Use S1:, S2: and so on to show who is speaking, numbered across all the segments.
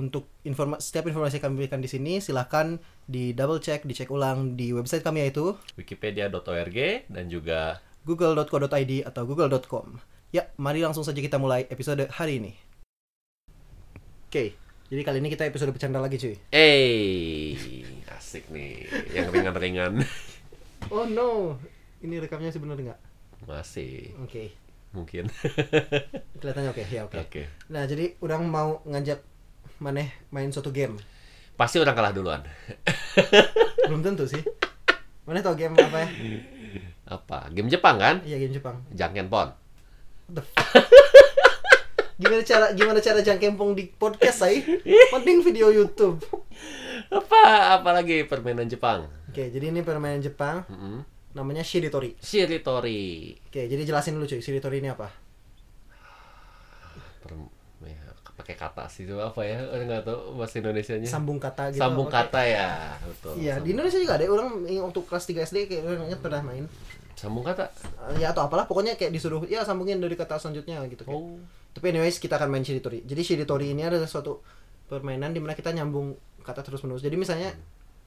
S1: untuk informa setiap informasi yang kami berikan di sini silahkan di double check, dicek ulang di website kami yaitu
S2: Wikipedia.org dan juga
S1: google.co.id atau google.com. Ya, mari langsung saja kita mulai episode hari ini. Oke, jadi kali ini kita episode bercanda lagi cuy.
S2: Eh, asik nih, yang ringan-ringan.
S1: Oh no, ini rekamnya sih bener nggak?
S2: Masih
S1: Oke,
S2: mungkin.
S1: kelihatannya oke, ya oke.
S2: Oke.
S1: Nah, jadi orang mau ngajak maneh main suatu game.
S2: Pasti orang kalah duluan.
S1: Belum tentu sih. Maneh tau game apa ya?
S2: Apa? Game Jepang kan?
S1: Iya, game Jepang.
S2: Jangkenpon.
S1: What the f- gimana cara gimana cara jangkempong di podcast saya? Penting video YouTube.
S2: Apa? Apalagi permainan Jepang.
S1: Oke, jadi ini permainan Jepang
S2: Mm-mm.
S1: namanya Shiritori.
S2: Shiritori.
S1: Oke, jadi jelasin dulu cuy, Shiritori ini apa?
S2: Per- ya, pakai kata sih itu apa ya? Orang nggak tahu bahasa Indonesianya.
S1: Sambung kata gitu.
S2: Iya. Sambung
S1: apa kayak-
S2: kata ya, betul.
S1: Iya, di
S2: sambung.
S1: Indonesia juga ada orang yang waktu kelas 3 SD kayak orang ingat pernah main.
S2: sambung kata.
S1: Eh, Ya atau apalah, pokoknya kayak disuruh ya sambungin dari kata selanjutnya gitu kayak.
S2: Oh.
S1: Tapi anyways, kita akan main shiritori. Jadi shiritori ini adalah suatu permainan di mana kita nyambung kata terus-menerus. Jadi misalnya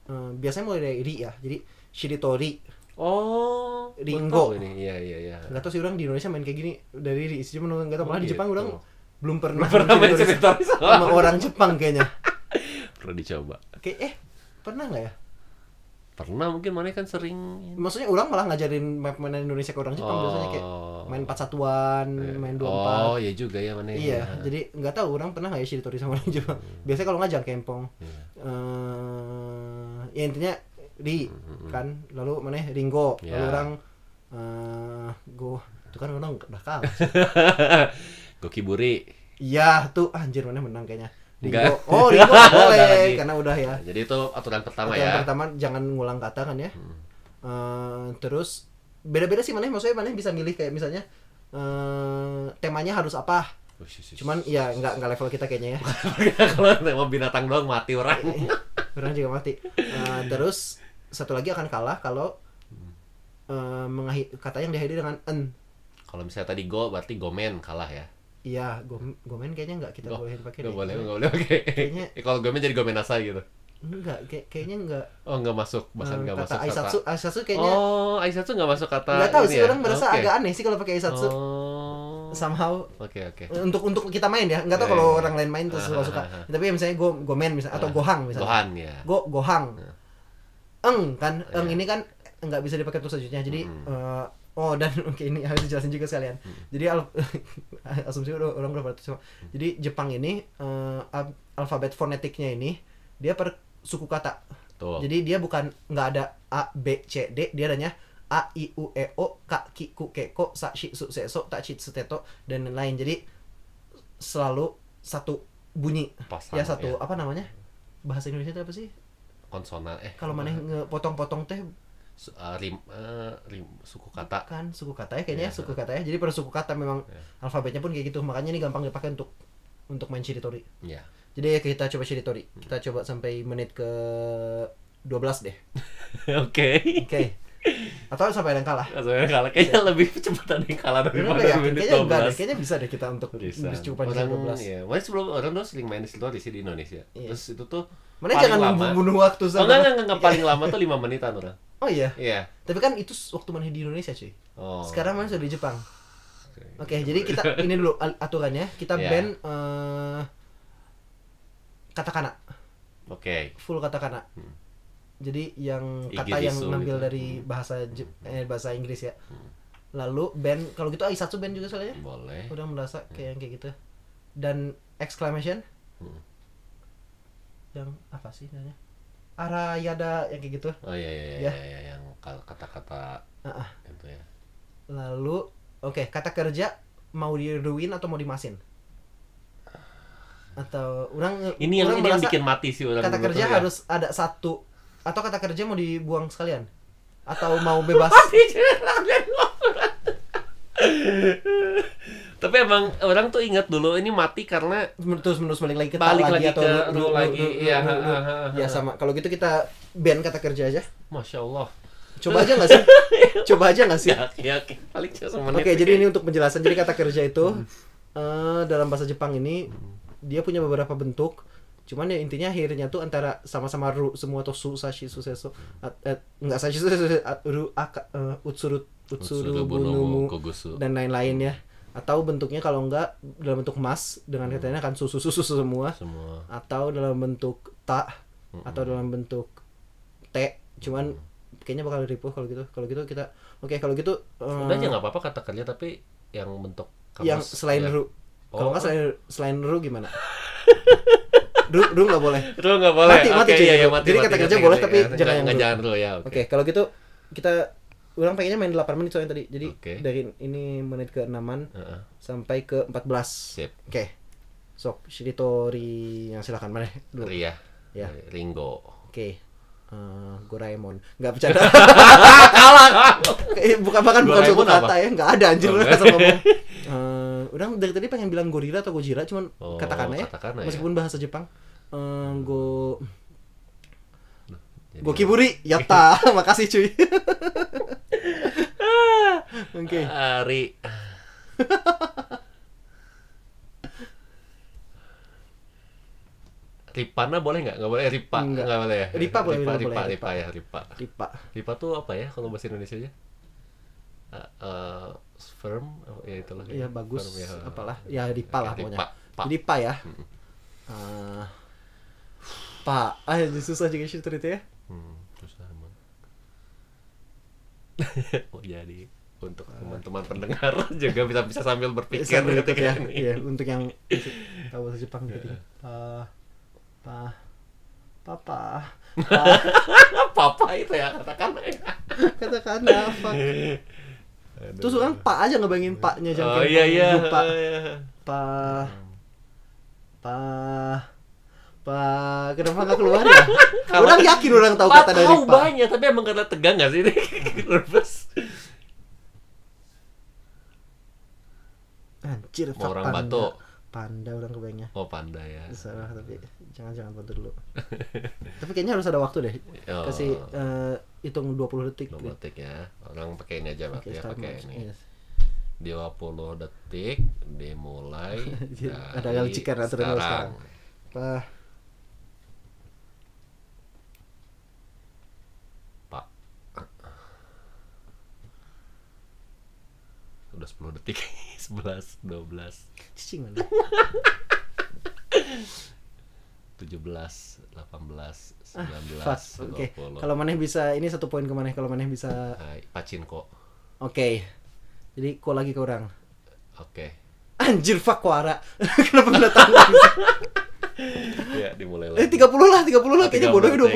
S1: eh, biasanya mulai dari ri ya. Jadi shiritori.
S2: Oh,
S1: Ringo.
S2: betul ini. Iya, iya, iya.
S1: Enggak tahu sih orang di Indonesia main kayak gini dari ri. Cuma enggak tahu
S2: Oh,
S1: malah di
S2: gitu.
S1: Jepang orang belum pernah, gitu.
S2: Belum pernah main shiritori sama
S1: sama orang Jepang kayaknya.
S2: Perlu dicoba.
S1: Oke, eh pernah nggak ya?
S2: Pernah mungkin mana kan sering
S1: Maksudnya ulang malah ngajarin main mainan Indonesia ke orang Jepang biasanya kayak main empat satuan, main dua empat.
S2: Oh, iya Hmm. juga ya mana.
S1: Iya,
S2: ya.
S1: jadi nggak tahu orang pernah nggak ya shiritori sama orang Jepang. Biasanya kalau ngajak kempong.
S2: Iya.
S1: eh ya intinya ri
S2: Hmm.
S1: kan, lalu mana ya, Ringo, lalu
S2: Ya.
S1: orang eh go itu kan orang udah kalah.
S2: Gokiburi.
S1: Iya tuh anjir mana menang kayaknya. Ringo,
S2: Nggak.
S1: oh Ringo
S2: Nggak
S1: boleh
S2: lagi.
S1: karena udah ya.
S2: Nah, jadi itu aturan pertama
S1: Pertanyaan
S2: ya. Hmm.
S1: pertama jangan ngulang kata kan ya. Eh, terus beda-beda sih mana maksudnya mana bisa milih kayak misalnya eh temanya harus apa
S2: Oh, sus, sus.
S1: cuman ya nggak nggak level kita kayaknya ya
S2: kalau mau binatang doang mati orang.
S1: orang juga mati Eh, terus satu lagi akan kalah kalau eh mengahi- kata yang diakhiri dengan en
S2: kalau misalnya tadi go berarti gomen kalah ya.
S1: iya gom gomen kayaknya nggak kita
S2: Go-
S1: bolehin pakai
S2: Gak
S1: deh. gitu.
S2: boleh, gak boleh. Oke.
S1: Kayaknya-
S2: Kalau gomen jadi gomenasa gitu.
S1: nggak kayak- kayaknya nggak
S2: Oh, gak masuk. Bahkan
S1: Eh,
S2: gak
S1: kata
S2: masuk
S1: aisatsu
S2: kata.
S1: aisatsu kayaknya
S2: Oh, aisatsu gak masuk kata.
S1: nggak tahu
S2: ini
S1: sih
S2: ya?
S1: orang merasa
S2: Oke.
S1: agak aneh sih kalau pakai aisatsu
S2: Oh.
S1: somehow
S2: Oke oke.
S1: untuk untuk kita main ya nggak tahu
S2: Iya,
S1: kalau
S2: iya.
S1: orang lain main terus
S2: Ah,
S1: suka suka
S2: ah, ah,
S1: tapi ya misalnya go gomen misalnya atau
S2: Ah,
S1: gohang misalnya
S2: Gohan ya.
S1: go gohang eng kan eng
S2: Iya.
S1: ini kan nggak bisa dipakai terus selanjutnya jadi
S2: Mm-mm.
S1: eh, oh dan oke ini harus dijelasin juga sekalian jadi al- asumsi udah orang berapa ratus sama.
S2: Mm.
S1: jadi Jepang ini eh, ab- alfabet fonetiknya ini dia per suku kata
S2: Tuh.
S1: jadi dia bukan nggak ada a b c d dia adanya a i u e o k ki ku ke ko sa shi su se so ta chi tsu te to E, dan lain-lain. Jadi selalu satu bunyi.
S2: Pasangan,
S1: ya satu
S2: ya.
S1: apa namanya? Bahasa Indonesia itu apa sih?
S2: konsonan eh
S1: Kalau mana ngepotong-potong teh
S2: su- eh, rim, eh, rim suku kata.
S1: kan suku kata ya kayaknya
S2: Iya.
S1: suku kata ya. Jadi per suku kata memang
S2: Iya.
S1: alfabetnya pun kayak gitu. Makanya ini gampang dipakai untuk untuk main shiritori.
S2: Ya.
S1: Jadi ya kita coba shiritori.
S2: Hmm.
S1: Kita coba sampai menit ke 12 deh.
S2: Oke.
S1: Oke. Atau sampai ada yang kalah.
S2: Maksudnya kalah kayaknya lebih cepetan yang kalah
S1: Iya. Kenapa
S2: daripada
S1: ya?
S2: menit
S1: Kayaknya enggak deh.
S2: 12.
S1: Kayaknya bisa deh kita untuk
S2: Bisa.
S1: bisa cukupan
S2: Orang,
S1: 12.
S2: ya. Makanya sebelum orang tuh sering main di situ sih di Indonesia.
S1: Iya.
S2: Terus itu tuh
S1: Mana
S2: paling
S1: jangan
S2: lama.
S1: bunuh waktu
S2: Oh, enggak, enggak,
S1: sama.
S2: enggak, enggak. paling lama tuh 5 menitan orang.
S1: Oh iya.
S2: Iya.
S1: Tapi kan itu waktu mana di Indonesia, cuy.
S2: Oh.
S1: Sekarang mana sudah di Jepang.
S2: Oke.
S1: Oke, jadi kita ini dulu al- aturannya. Kita
S2: Iya.
S1: ban eh, katakana,
S2: Oke.
S1: full katakana.
S2: Hmm.
S1: Jadi yang kata
S2: Igirisu
S1: yang ngambil
S2: gitu. Hmm.
S1: dari bahasa Je- eh, bahasa Inggris ya. Lalu ban kalau gitu Aisatsu ban juga soalnya.
S2: Boleh.
S1: Udah merasa kayak yang kayak gitu. Dan exclamation
S2: Hmm.
S1: yang apa sih namanya? Arayada yang kayak gitu.
S2: Oh iya iya iya
S1: Ya.
S2: iya, iya, yang kal- kata-kata
S1: Ah, ah.
S2: itu ya.
S1: Lalu oke, kata kerja mau diruin atau mau dimasin? atau orang
S2: Ini yang
S1: orang
S2: ini yang
S1: merasa
S2: bikin mati sih orang
S1: kata
S2: menurut
S1: kerja
S2: lu ya.
S1: harus ada satu atau kata kerja mau dibuang sekalian atau mau bebas
S2: Mati curang dan ngobrol. Tapi emang orang tuh ingat dulu ini mati karena
S1: terus menerus balik lagi ke tak
S2: Balik
S1: lagi,
S2: lagi
S1: atau
S2: ke
S1: lu,
S2: lu lagi, iya,
S1: lu- lu-
S2: ha, ha, ha,
S1: ya
S2: ha.
S1: sama kalau gitu kita ban kata kerja aja
S2: masya Allah.
S1: coba aja nggak sih coba aja nggak sih
S2: Ya, ya, oke. paling cuma semenit.
S1: oke jadi ini untuk penjelasan jadi kata kerja itu eh, dalam bahasa Jepang ini dia punya beberapa bentuk cuman ya intinya akhirnya tuh antara sama-sama ru semua atau su sashi suseso at- at- nggak sashi suseso at- ru aka- eh, utsuru utsuru bunumu dan lain-lain ya atau bentuknya kalau enggak dalam bentuk emas dengan katanya kan susu susu semua
S2: semua.
S1: atau dalam bentuk ta atau dalam bentuk te cuman kayaknya bakal ripuh kalau gitu kalau gitu kita oke kalau gitu eh,
S2: Udah aja nggak apa-apa kata kerja tapi yang bentuk kamus,
S1: yang selain
S2: ya.
S1: ru kalau
S2: Oh.
S1: nggak selain selain ru gimana ru ru nggak boleh
S2: Ru nggak boleh.
S1: Mati, mati,
S2: Oke,
S1: cuy,
S2: iya, iya,
S1: ru.
S2: mati,
S1: Jadi
S2: mati,
S1: kata
S2: mati,
S1: kerja
S2: mati,
S1: boleh,
S2: mati.
S1: tapi
S2: Nggak-
S1: jangan yang
S2: nggak
S1: ru.
S2: jangan ru ya.
S1: oke
S2: Oke.
S1: kalau gitu kita orang pengennya main 8 menit soalnya tadi jadi
S2: Oke.
S1: dari ini menit ke 6an
S2: Heeh,
S1: sampai ke 14
S2: Sip.
S1: oke sok shiritori yang silakan mana dulu
S2: Ria.
S1: Ya.
S2: Ringo.
S1: Oke. Eh, Goraemon. Nggak bercanda. Eh, bukan bahkan bukan suku
S2: Doraemon
S1: kata
S2: apa?
S1: ya, nggak ada anjir
S2: Oh,
S1: kata ngomong. Eh, udah dari tadi pengen bilang gorila atau gojira cuman
S2: Oh,
S1: katakana ya.
S2: katakana ya.
S1: Meskipun bahasa Jepang. Eh, go
S2: Jadi-
S1: Gokiburi, yata. Makasih cuy. Oke.
S2: Ah, Ri. Ripana boleh nggak? Nggak boleh eh, Ripa,
S1: Nggak.
S2: nggak boleh ya.
S1: Ripa boleh,
S2: Ripa,
S1: boleh,
S2: Ripa,
S1: boleh,
S2: Ripa
S1: Ripa.
S2: ya Ripa.
S1: Ripa.
S2: Ripa tuh apa ya kalau bahasa Indonesia nya? firm, oh, ya itulah.
S1: Ya bagus
S2: Firm, ya.
S1: apalah. Ya Ripa lah
S2: Ya,
S1: pokoknya.
S2: Ripa, Hmm. Pa.
S1: Jadi pa ya. Eh, pa. Ah, susah juga ya. ceritanya.
S2: Hmm, susah emang. oh, jadi untuk teman-teman pendengar juga bisa bisa sambil berpikir gitu kan.
S1: Sambil ikut
S2: ketika
S1: ya.
S2: ini.
S1: Iya, untuk yang tahu bahasa Jepang gitu.
S2: Iya.
S1: Pa pa papa. Pa,
S2: Apa-apa itu ya katakan. ya.
S1: katakan apa? Terus orang pa aja ngebayangin paknya jangan
S2: Oh iya iya.
S1: pa
S2: oh, iya.
S1: pa pa pa kenapa nggak keluar ya? orang yakin orang tahu
S2: Pak,
S1: kata dari
S2: tahu
S1: pa.
S2: banyak, tapi emang karena tegang gak sih ini? Nervous.
S1: Anjir,
S2: Mau
S1: fuck,
S2: orang
S1: panda.
S2: batuk.
S1: Panda orang kebayangnya.
S2: Oh panda ya.
S1: Salah tapi jangan-jangan bantu dulu. tapi kayaknya harus ada waktu deh.
S2: Oh.
S1: Kasih eh, hitung 20 detik. gitu.
S2: Robotik ya. Orang pakai ini aja berarti ya
S1: start
S2: pakai
S1: match.
S2: ini.
S1: Yes.
S2: Di 20 detik dimulai.
S1: Iya, ada
S2: dari
S1: galcikan aturan
S2: sekarang.
S1: sekarang. Pa,
S2: Pak. Udah 10 detik. 11, 12,
S1: cicing mana? Ah,
S2: 17, 18, 19,
S1: Fast. Ah, Oke.
S2: 20.
S1: Kalau maneh bisa ini satu poin ke maneh kalau maneh bisa
S2: Hai, Pacinko.
S1: oke. Jadi ko lagi ke orang.
S2: Oke.
S1: Anjir fuck Kuara. Kenapa nggak tahu?
S2: Ya, dimulai
S1: eh 30
S2: lagi.
S1: lah, 30 lah
S2: Oh,
S1: kayaknya
S2: 30
S1: bodoh 20.
S2: detik,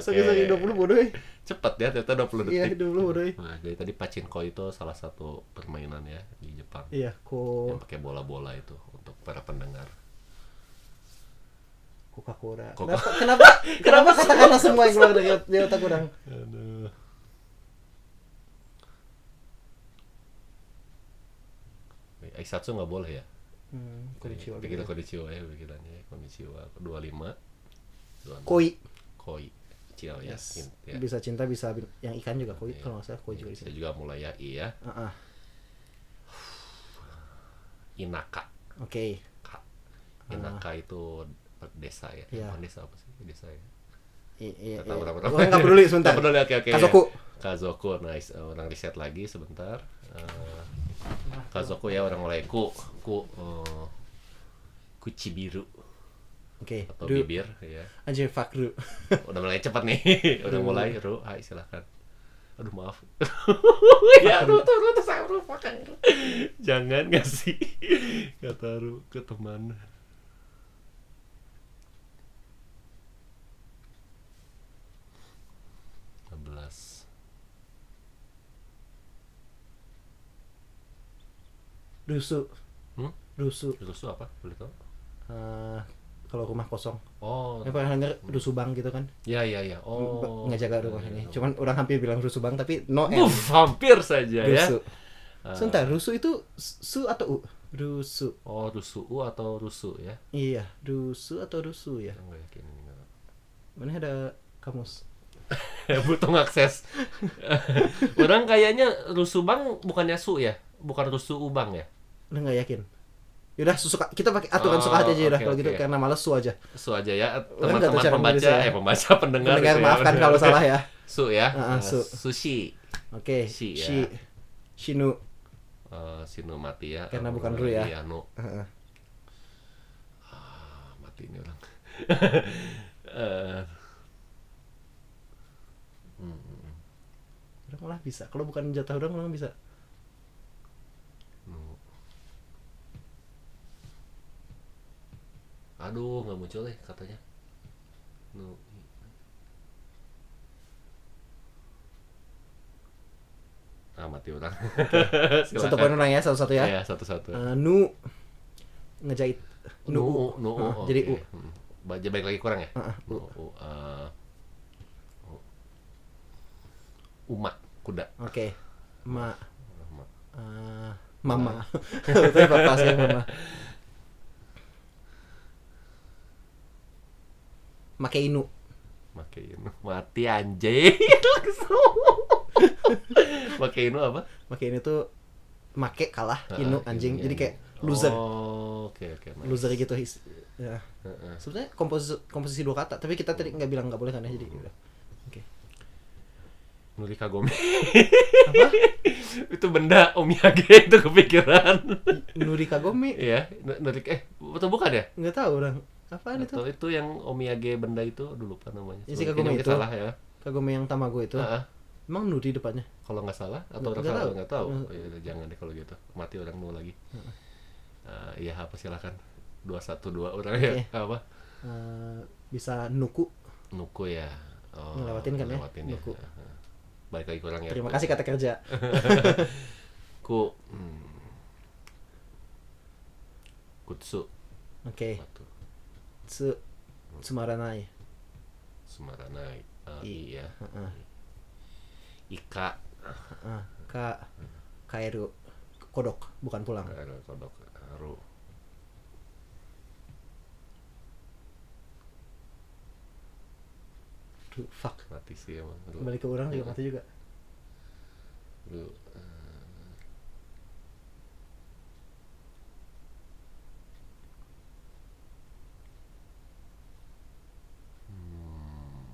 S1: Ya,
S2: oke.
S1: Sagi-sagi 20 bodoh. eh.
S2: Cepat ya, ternyata 20
S1: Iya,
S2: detik.
S1: 20 bodoh. eh.
S2: Nah, jadi tadi pachinko itu salah satu permainan ya di Jepang.
S1: Iya, ko
S2: Yang pakai bola-bola itu untuk para pendengar.
S1: Coca Cola.
S2: Coca-
S1: Kenapa kenapa kenapa katakanlah semua yang keluar dari dari otak orang?
S2: Aduh. Aisatsu nggak boleh ya?
S1: Hmm, konnichiwa.
S2: Bikin konnichiwa ya, bikinannya konnichiwa. 25. 26.
S1: Koi.
S2: Koi. Kecil ya.
S1: Yes.
S2: hint ya.
S1: Bisa cinta bisa bin- yang ikan juga
S2: Iya.
S1: koi kalau nggak salah koi juga bisa.
S2: Bisa juga mulai ya, iya.
S1: Ah, ah.
S2: Inaka.
S1: Oke.
S2: Ka. Inaka itu desa ya.
S1: Ah. Iya.
S2: Bukan desa apa sih? Desa ya.
S1: I- i- i-
S2: Nggak tahu berapa
S1: Iya, Gua nggak peduli sebentar.
S2: Nggak peduli, oke oke.
S1: Kazoku.
S2: Kazoku, nice. Eh, orang riset lagi sebentar. Eh, Kazoku ya orang mulai ku ku eh, kuci biru
S1: Oke.
S2: atau
S1: Ru.
S2: bibir ya.
S1: Anjir fuck Ru.
S2: Udah mulai cepat nih. Udah mulai ru, hai silakan. Aduh maaf. ya ru tuh ru tuh saya ru pakai ru. Jangan ngasih kata ru ke teman. belas
S1: Rusu.
S2: Hmm?
S1: Rusu.
S2: Hmm? Rusuh apa? Boleh tahu?
S1: Eh, kalau rumah kosong.
S2: Oh,
S1: Ini paling denger rusuh bang gitu kan.
S2: ya ya ya. Oh,
S1: ngejaga rumah ini. Cuman orang hampir bilang rusuh bang tapi no N.
S2: Uff, hampir saja ya.
S1: Rusuh.
S2: Ah.
S1: Sebentar, rusuh itu su atau u? Rusuh.
S2: Oh, rusuh U atau rusuh ya?
S1: Iya, rusuh atau rusuh ya.
S2: Saya nggak yakin ini. nggak-
S1: Mana ada kamus?
S2: Ya, Butuh akses. Orang kayaknya rusuh bang bukannya su ya? Bukan rusuh ubang ya?
S1: Udah nggak yakin. Yaudah suka kita pakai aturan suka hati aja
S2: Oh,
S1: yaudah
S2: oke,
S1: kalau gitu
S2: oke.
S1: karena males su aja.
S2: Su aja ya.
S1: Orang nggak tahu
S2: Teman-teman
S1: cara
S2: pembaca,
S1: menulisnya ya.
S2: eh pembaca pendengar.
S1: Pendengar
S2: gitu ya.
S1: maafkan kalau salah ya.
S2: Su ya?
S1: Ah, ah,
S2: Eh,
S1: su.
S2: Sushi.
S1: Oke.
S2: Si, ya.
S1: Si Shinu.
S2: Eh, sinu mati ya.
S1: Karena
S2: Eh,
S1: bukan ru ya.
S2: iya, nu.
S1: Heeh.
S2: Ah, mati ini orang. Eh,
S1: Orang malah bisa. Kalau bukan jatah orang orang bisa.
S2: nu. Aduh, nggak muncul deh katanya. Nu. Ah, mati orang.
S1: Satu poin orang ya satu-satu ya.
S2: Ya, satu-satu.
S1: Eh, nu ngejahit.
S2: Nu, u, nu, u,
S1: Heeh,
S2: oke.
S1: Ah, Jadi u.
S2: Hmm. Ba- Baik lagi kurang ya?
S1: Heeh,
S2: Nu, u, eh, u. Uma, kuda.
S1: Oke. Ma
S2: Uma.
S1: eh, mama. Tapi papa sih ya, mama. Make inu.
S2: Makein mati anjing. Kesel. Makein apa?
S1: Make inu tuh make kalah
S2: Ah,
S1: inu anjing.
S2: inu,
S1: Jadi
S2: inu.
S1: kayak loser.
S2: Oh, oke oke. nice.
S1: Loser gitu his. Ya.
S2: Heeh.
S1: Sebenarnya komposisi komposisi dua kata, tapi kita tadi nggak bilang nggak boleh kan ya jadi.
S2: Oh.
S1: udah. Oke.
S2: Nuri Kagome.
S1: Apa?
S2: itu benda omiyage itu kepikiran.
S1: Nuri Kagome?
S2: Iya, nu- Nuri eh atau bukan ya?
S1: Nggak tahu orang. Apaan itu?
S2: Atau itu yang omiyage benda itu dulu lupa namanya.
S1: Ya, si
S2: Sorry,
S1: Kagome
S2: kayaknya
S1: itu.
S2: salah ya.
S1: Kagome yang Tamago itu.
S2: Heeh.
S1: Emang Nuri depannya?
S2: Kalau nggak salah
S1: Nggak
S2: atau orang salah
S1: tahu. Hmm.
S2: nggak tahu.
S1: Nggak-
S2: Oh, iya, udah, jangan deh kalau gitu. Mati orang mau lagi.
S1: Hmm.
S2: Eh, iya apa silakan. 212 orang ya.
S1: Oke.
S2: Apa?
S1: Eh, bisa nuku.
S2: Nuku ya. Oh,
S1: Ngelewatin kan ya?
S2: ngelewatin
S1: Nuku.
S2: Heeh. Balik lagi kurang ya.
S1: Terima
S2: Ku.
S1: kasih kata kerja.
S2: Ku. Hmm. Kutsu.
S1: Oke.
S2: Batu.
S1: Tsu Sumaranai.
S2: Sumaranai. Eh,
S1: I.
S2: iya.
S1: Heeh.
S2: Ika.
S1: Heeh. Ka Kairu Kodok, bukan pulang.
S2: Karo- eh, Kodok. Aru.
S1: Duh, fuck.
S2: Mati sih emang. Aduh.
S1: Kembali ke orang
S2: Iya.
S1: juga mati juga.
S2: Aduh. Eh. Hmm.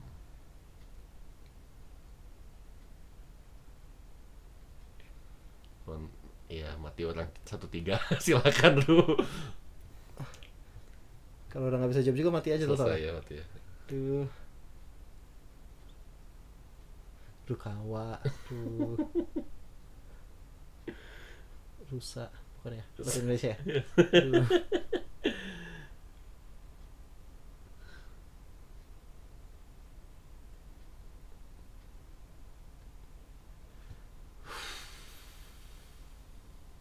S2: Kon- Ya mati orang satu tiga silakan lu
S1: Kalau orang nggak bisa jawab juga mati aja total.
S2: selesai ya mati ya
S1: Duh. Duh kawa, duh. Rusa, bukan ya? Bahasa Indonesia ya? Duh.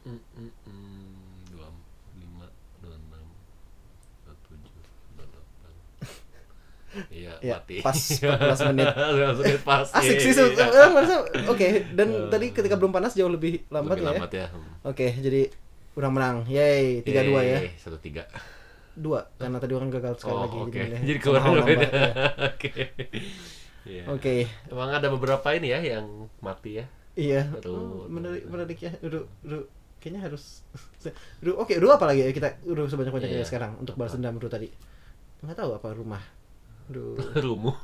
S2: Mm, mm, mm. dua lima dua enam dua tujuh dua delapan iya
S1: Ya,
S2: mati
S1: pas 14 menit.
S2: 14 menit pas
S1: Asik sih,
S2: iya. Eh.
S1: se- orang merasa oke. Dan tadi ketika belum panas jauh lebih lambat
S2: Lebih
S1: lah ya.
S2: lambat ya
S1: Oke, jadi orang menang. Yeay, 3-2 ya.
S2: satu tiga
S1: 2 karena tadi orang gagal sekali
S2: Eh, oh
S1: lagi
S2: oke
S1: milih
S2: jadi keluar
S1: sama
S2: beda
S1: Hamba, ya.
S2: oke Iya.
S1: Oke.
S2: emang ada beberapa ini ya yang mati ya
S1: Iya.
S2: Aduh.
S1: Oh, menarik menarik ya. Udah udah kayaknya harus Duh, oke, udah apa lagi ya kita udah sebanyak-banyaknya
S2: Iya.
S1: sekarang untuk balas dendam dulu tadi. Enggak tahu apa rumah. Duh,
S2: rumuh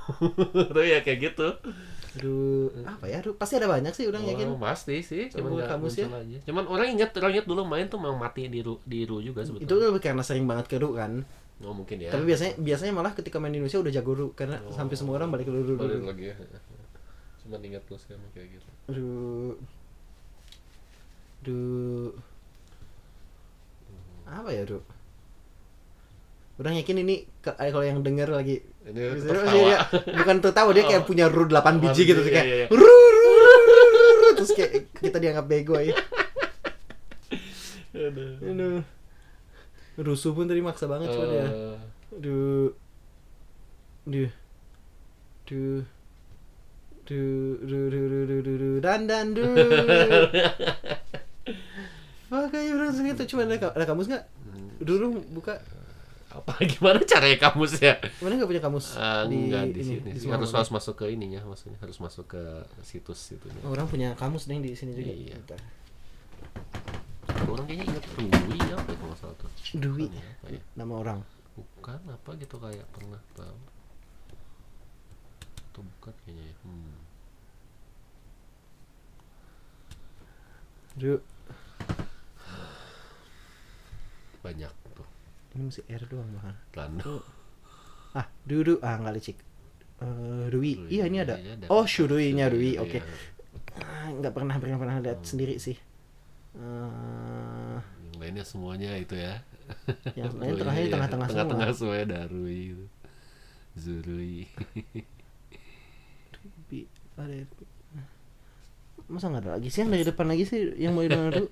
S2: tuh ya kayak gitu
S1: duh, apa ya? Duh, pasti ada banyak sih ya kan? orang yakin.
S2: Oh, pasti sih,
S1: Coba
S2: cuman nggak
S1: kamus
S2: muncul aja. Cuman orang ingat, orang ingat dulu main tuh memang mati di ru, di ru juga
S1: Itu
S2: sebetulnya.
S1: lebih karena sering banget keru kan.
S2: Oh, mungkin ya.
S1: Tapi biasanya biasanya malah ketika main di Indonesia udah jago ru karena
S2: Oh.
S1: sampai semua orang balik ke dulu
S2: Balik
S1: dulu.
S2: lagi ya. Cuman ingat tuh sih emang kayak gitu.
S1: Duh. Duh. Apa ya, Duh? Orang yakin ini ke- eh, kalau yang denger lagi
S2: Ini
S1: Iya,
S2: tertawa.
S1: iya. bukan tertawa dia kayak punya ru 8 biji gitu
S2: Iya,
S1: kayak
S2: iya, iya.
S1: ru ru ru, ru, ru, ru. terus kayak kita dianggap bego ya.
S2: Aduh.
S1: Iya, Aduh. Rusuh pun tadi maksa banget ya. coba dia.
S2: Eh,
S1: du du du du du du du du du du dan dan du pakai orang segitu gitu. cuma ada, ka- ada kamus nggak
S2: Hmm.
S1: dulu buka
S2: apa gimana caranya kamus ya
S1: mana nggak punya kamus
S2: Eh, enggak di
S1: ini,
S2: sini sih.
S1: semua
S2: harus
S1: orang.
S2: harus masuk ke ininya maksudnya harus masuk ke situs situnya
S1: orang punya kamus nih di sini juga
S2: Iya.
S1: Bentar.
S2: orang kayaknya ingat Rui apa ya kalau nggak salah tuh
S1: Dwi
S2: Bukan ya, apa ya?
S1: nama orang
S2: bukan apa gitu kayak pernah tahu atau bukan kayaknya ya hmm.
S1: du
S2: banyak tuh
S1: ini masih R doang makan
S2: Belanda
S1: ah du du ah nggak licik Eh, Dwi
S2: Rui,
S1: iya ini ada
S2: iya,
S1: oh Shurui nya Dwi
S2: Iya,
S1: oke
S2: iya.
S1: Ah, nggak pernah pernah pernah lihat
S2: Hmm.
S1: sendiri sih Eh,
S2: yang lainnya semuanya itu ya
S1: yang lain
S2: Rui,
S1: terakhir
S2: iya.
S1: tengah-tengah semua
S2: tengah-tengah semuanya darui gitu. Zurui
S1: Bi- ada masa nggak ada lagi sih yang dari depan lagi sih yang mau dulu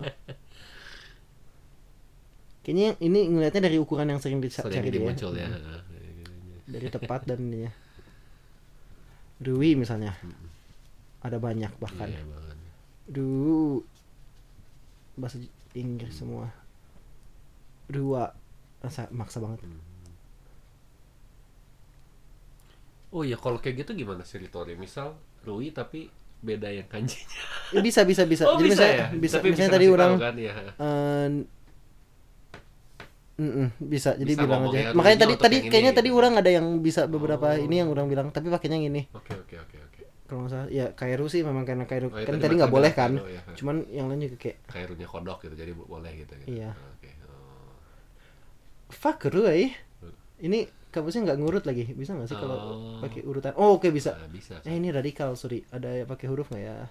S1: kayaknya yang- ini ngelihatnya dari ukuran yang sering dicari
S2: sering
S1: dia
S2: dimuncul ya
S1: Hmm.
S2: iya.
S1: dari tepat dan ini ya Dwi misalnya ada banyak bahkan
S2: Hmm. iya bahkan
S1: Du bahasa J- Inggris semua dua masa maksa banget
S2: oh ya kalau kayak gitu gimana sih Ritori misal Rui tapi beda yang kanjinya
S1: Eh, bisa bisa bisa
S2: oh bisa
S1: misalnya,
S2: ya
S1: bisa
S2: Tapi
S1: misalnya
S2: ngasih
S1: tadi
S2: tahu
S1: orang
S2: kan, ya.
S1: eh, mm-mm, bisa jadi
S2: Bisa
S1: bilang
S2: ngomongnya
S1: aja
S2: dulu
S1: makanya tadi
S2: untuk
S1: tadi
S2: yang ini,
S1: kayaknya tadi
S2: gitu.
S1: orang ada yang bisa beberapa
S2: Oh.
S1: ini yang orang bilang tapi pakainya yang ini
S2: oke oke oke oke
S1: kalau nggak salah ya Kairu sih memang karena Kairu
S2: Oh, ya,
S1: kan
S2: tadi
S1: tadi nggak boleh
S2: maksudnya Kairu,
S1: kan
S2: ya.
S1: cuman yang lain juga kayak
S2: kayak runya kodok gitu jadi boleh gitu, gitu.
S1: Iya.
S2: oke oh.
S1: fuck Rui ini kampusnya nggak ngurut lagi bisa nggak sih kalau
S2: Hmm. Oh.
S1: pakai urutan oh oke bisa
S2: Nah, bisa
S1: Eh ini radikal, sorry. Ada yang pakai huruf nggak ya?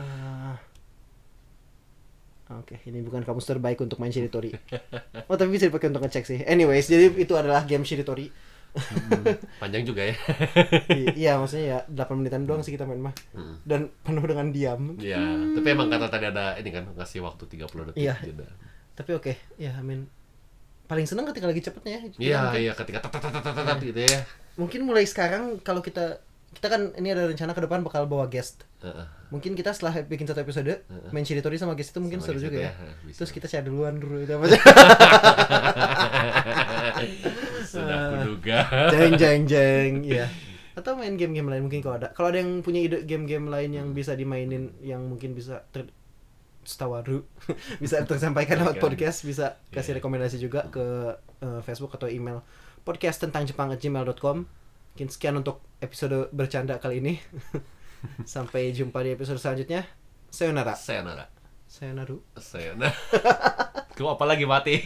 S1: Ah. Oke, ini bukan kamus terbaik untuk main Shiritori. Oh, tapi bisa dipakai untuk ngecek sih. Anyways, jadi itu adalah game Shiritori.
S2: panjang juga ya
S1: I- iya, maksudnya ya 8 menitan doang sih kita main mah.
S2: Hmm.
S1: Dan penuh dengan diam.
S2: Iya, tapi emang kata tadi ada ini kan ngasih waktu 30 detik
S1: Iya.
S2: jeda.
S1: Tapi oke, ya I mean paling seneng ketika lagi cepetnya ya.
S2: Iya,
S1: mungkin,
S2: iya ketika tat tat tat tat, tat gitu ya.
S1: mungkin mulai sekarang kalau kita kita kan ini ada rencana ke depan bakal bawa guest.
S2: Heeh.
S1: Mungkin kita setelah bikin satu episode, main Shiritori sama guest itu mungkin
S2: Sama
S1: seru
S2: gitu
S1: juga ya.
S2: Heeh, bisa.
S1: Terus kita share duluan dulu itu
S2: sudah kuduga.
S1: jeng jeng jeng ya. Atau main game-game lain mungkin kalau ada. Kalau ada yang punya ide game-game lain
S2: Hmm.
S1: yang bisa dimainin yang mungkin bisa ter setawaru bisa tersampaikan lewat
S2: Oke.
S1: podcast bisa kasih
S2: Iya.
S1: rekomendasi juga ke eh, Facebook atau email podcast tentang Jepang gmail.com mungkin sekian untuk episode bercanda kali ini sampai jumpa di episode selanjutnya sayonara
S2: Sayonara.
S1: sayonara
S2: Sayonara. Kau apa lagi mati?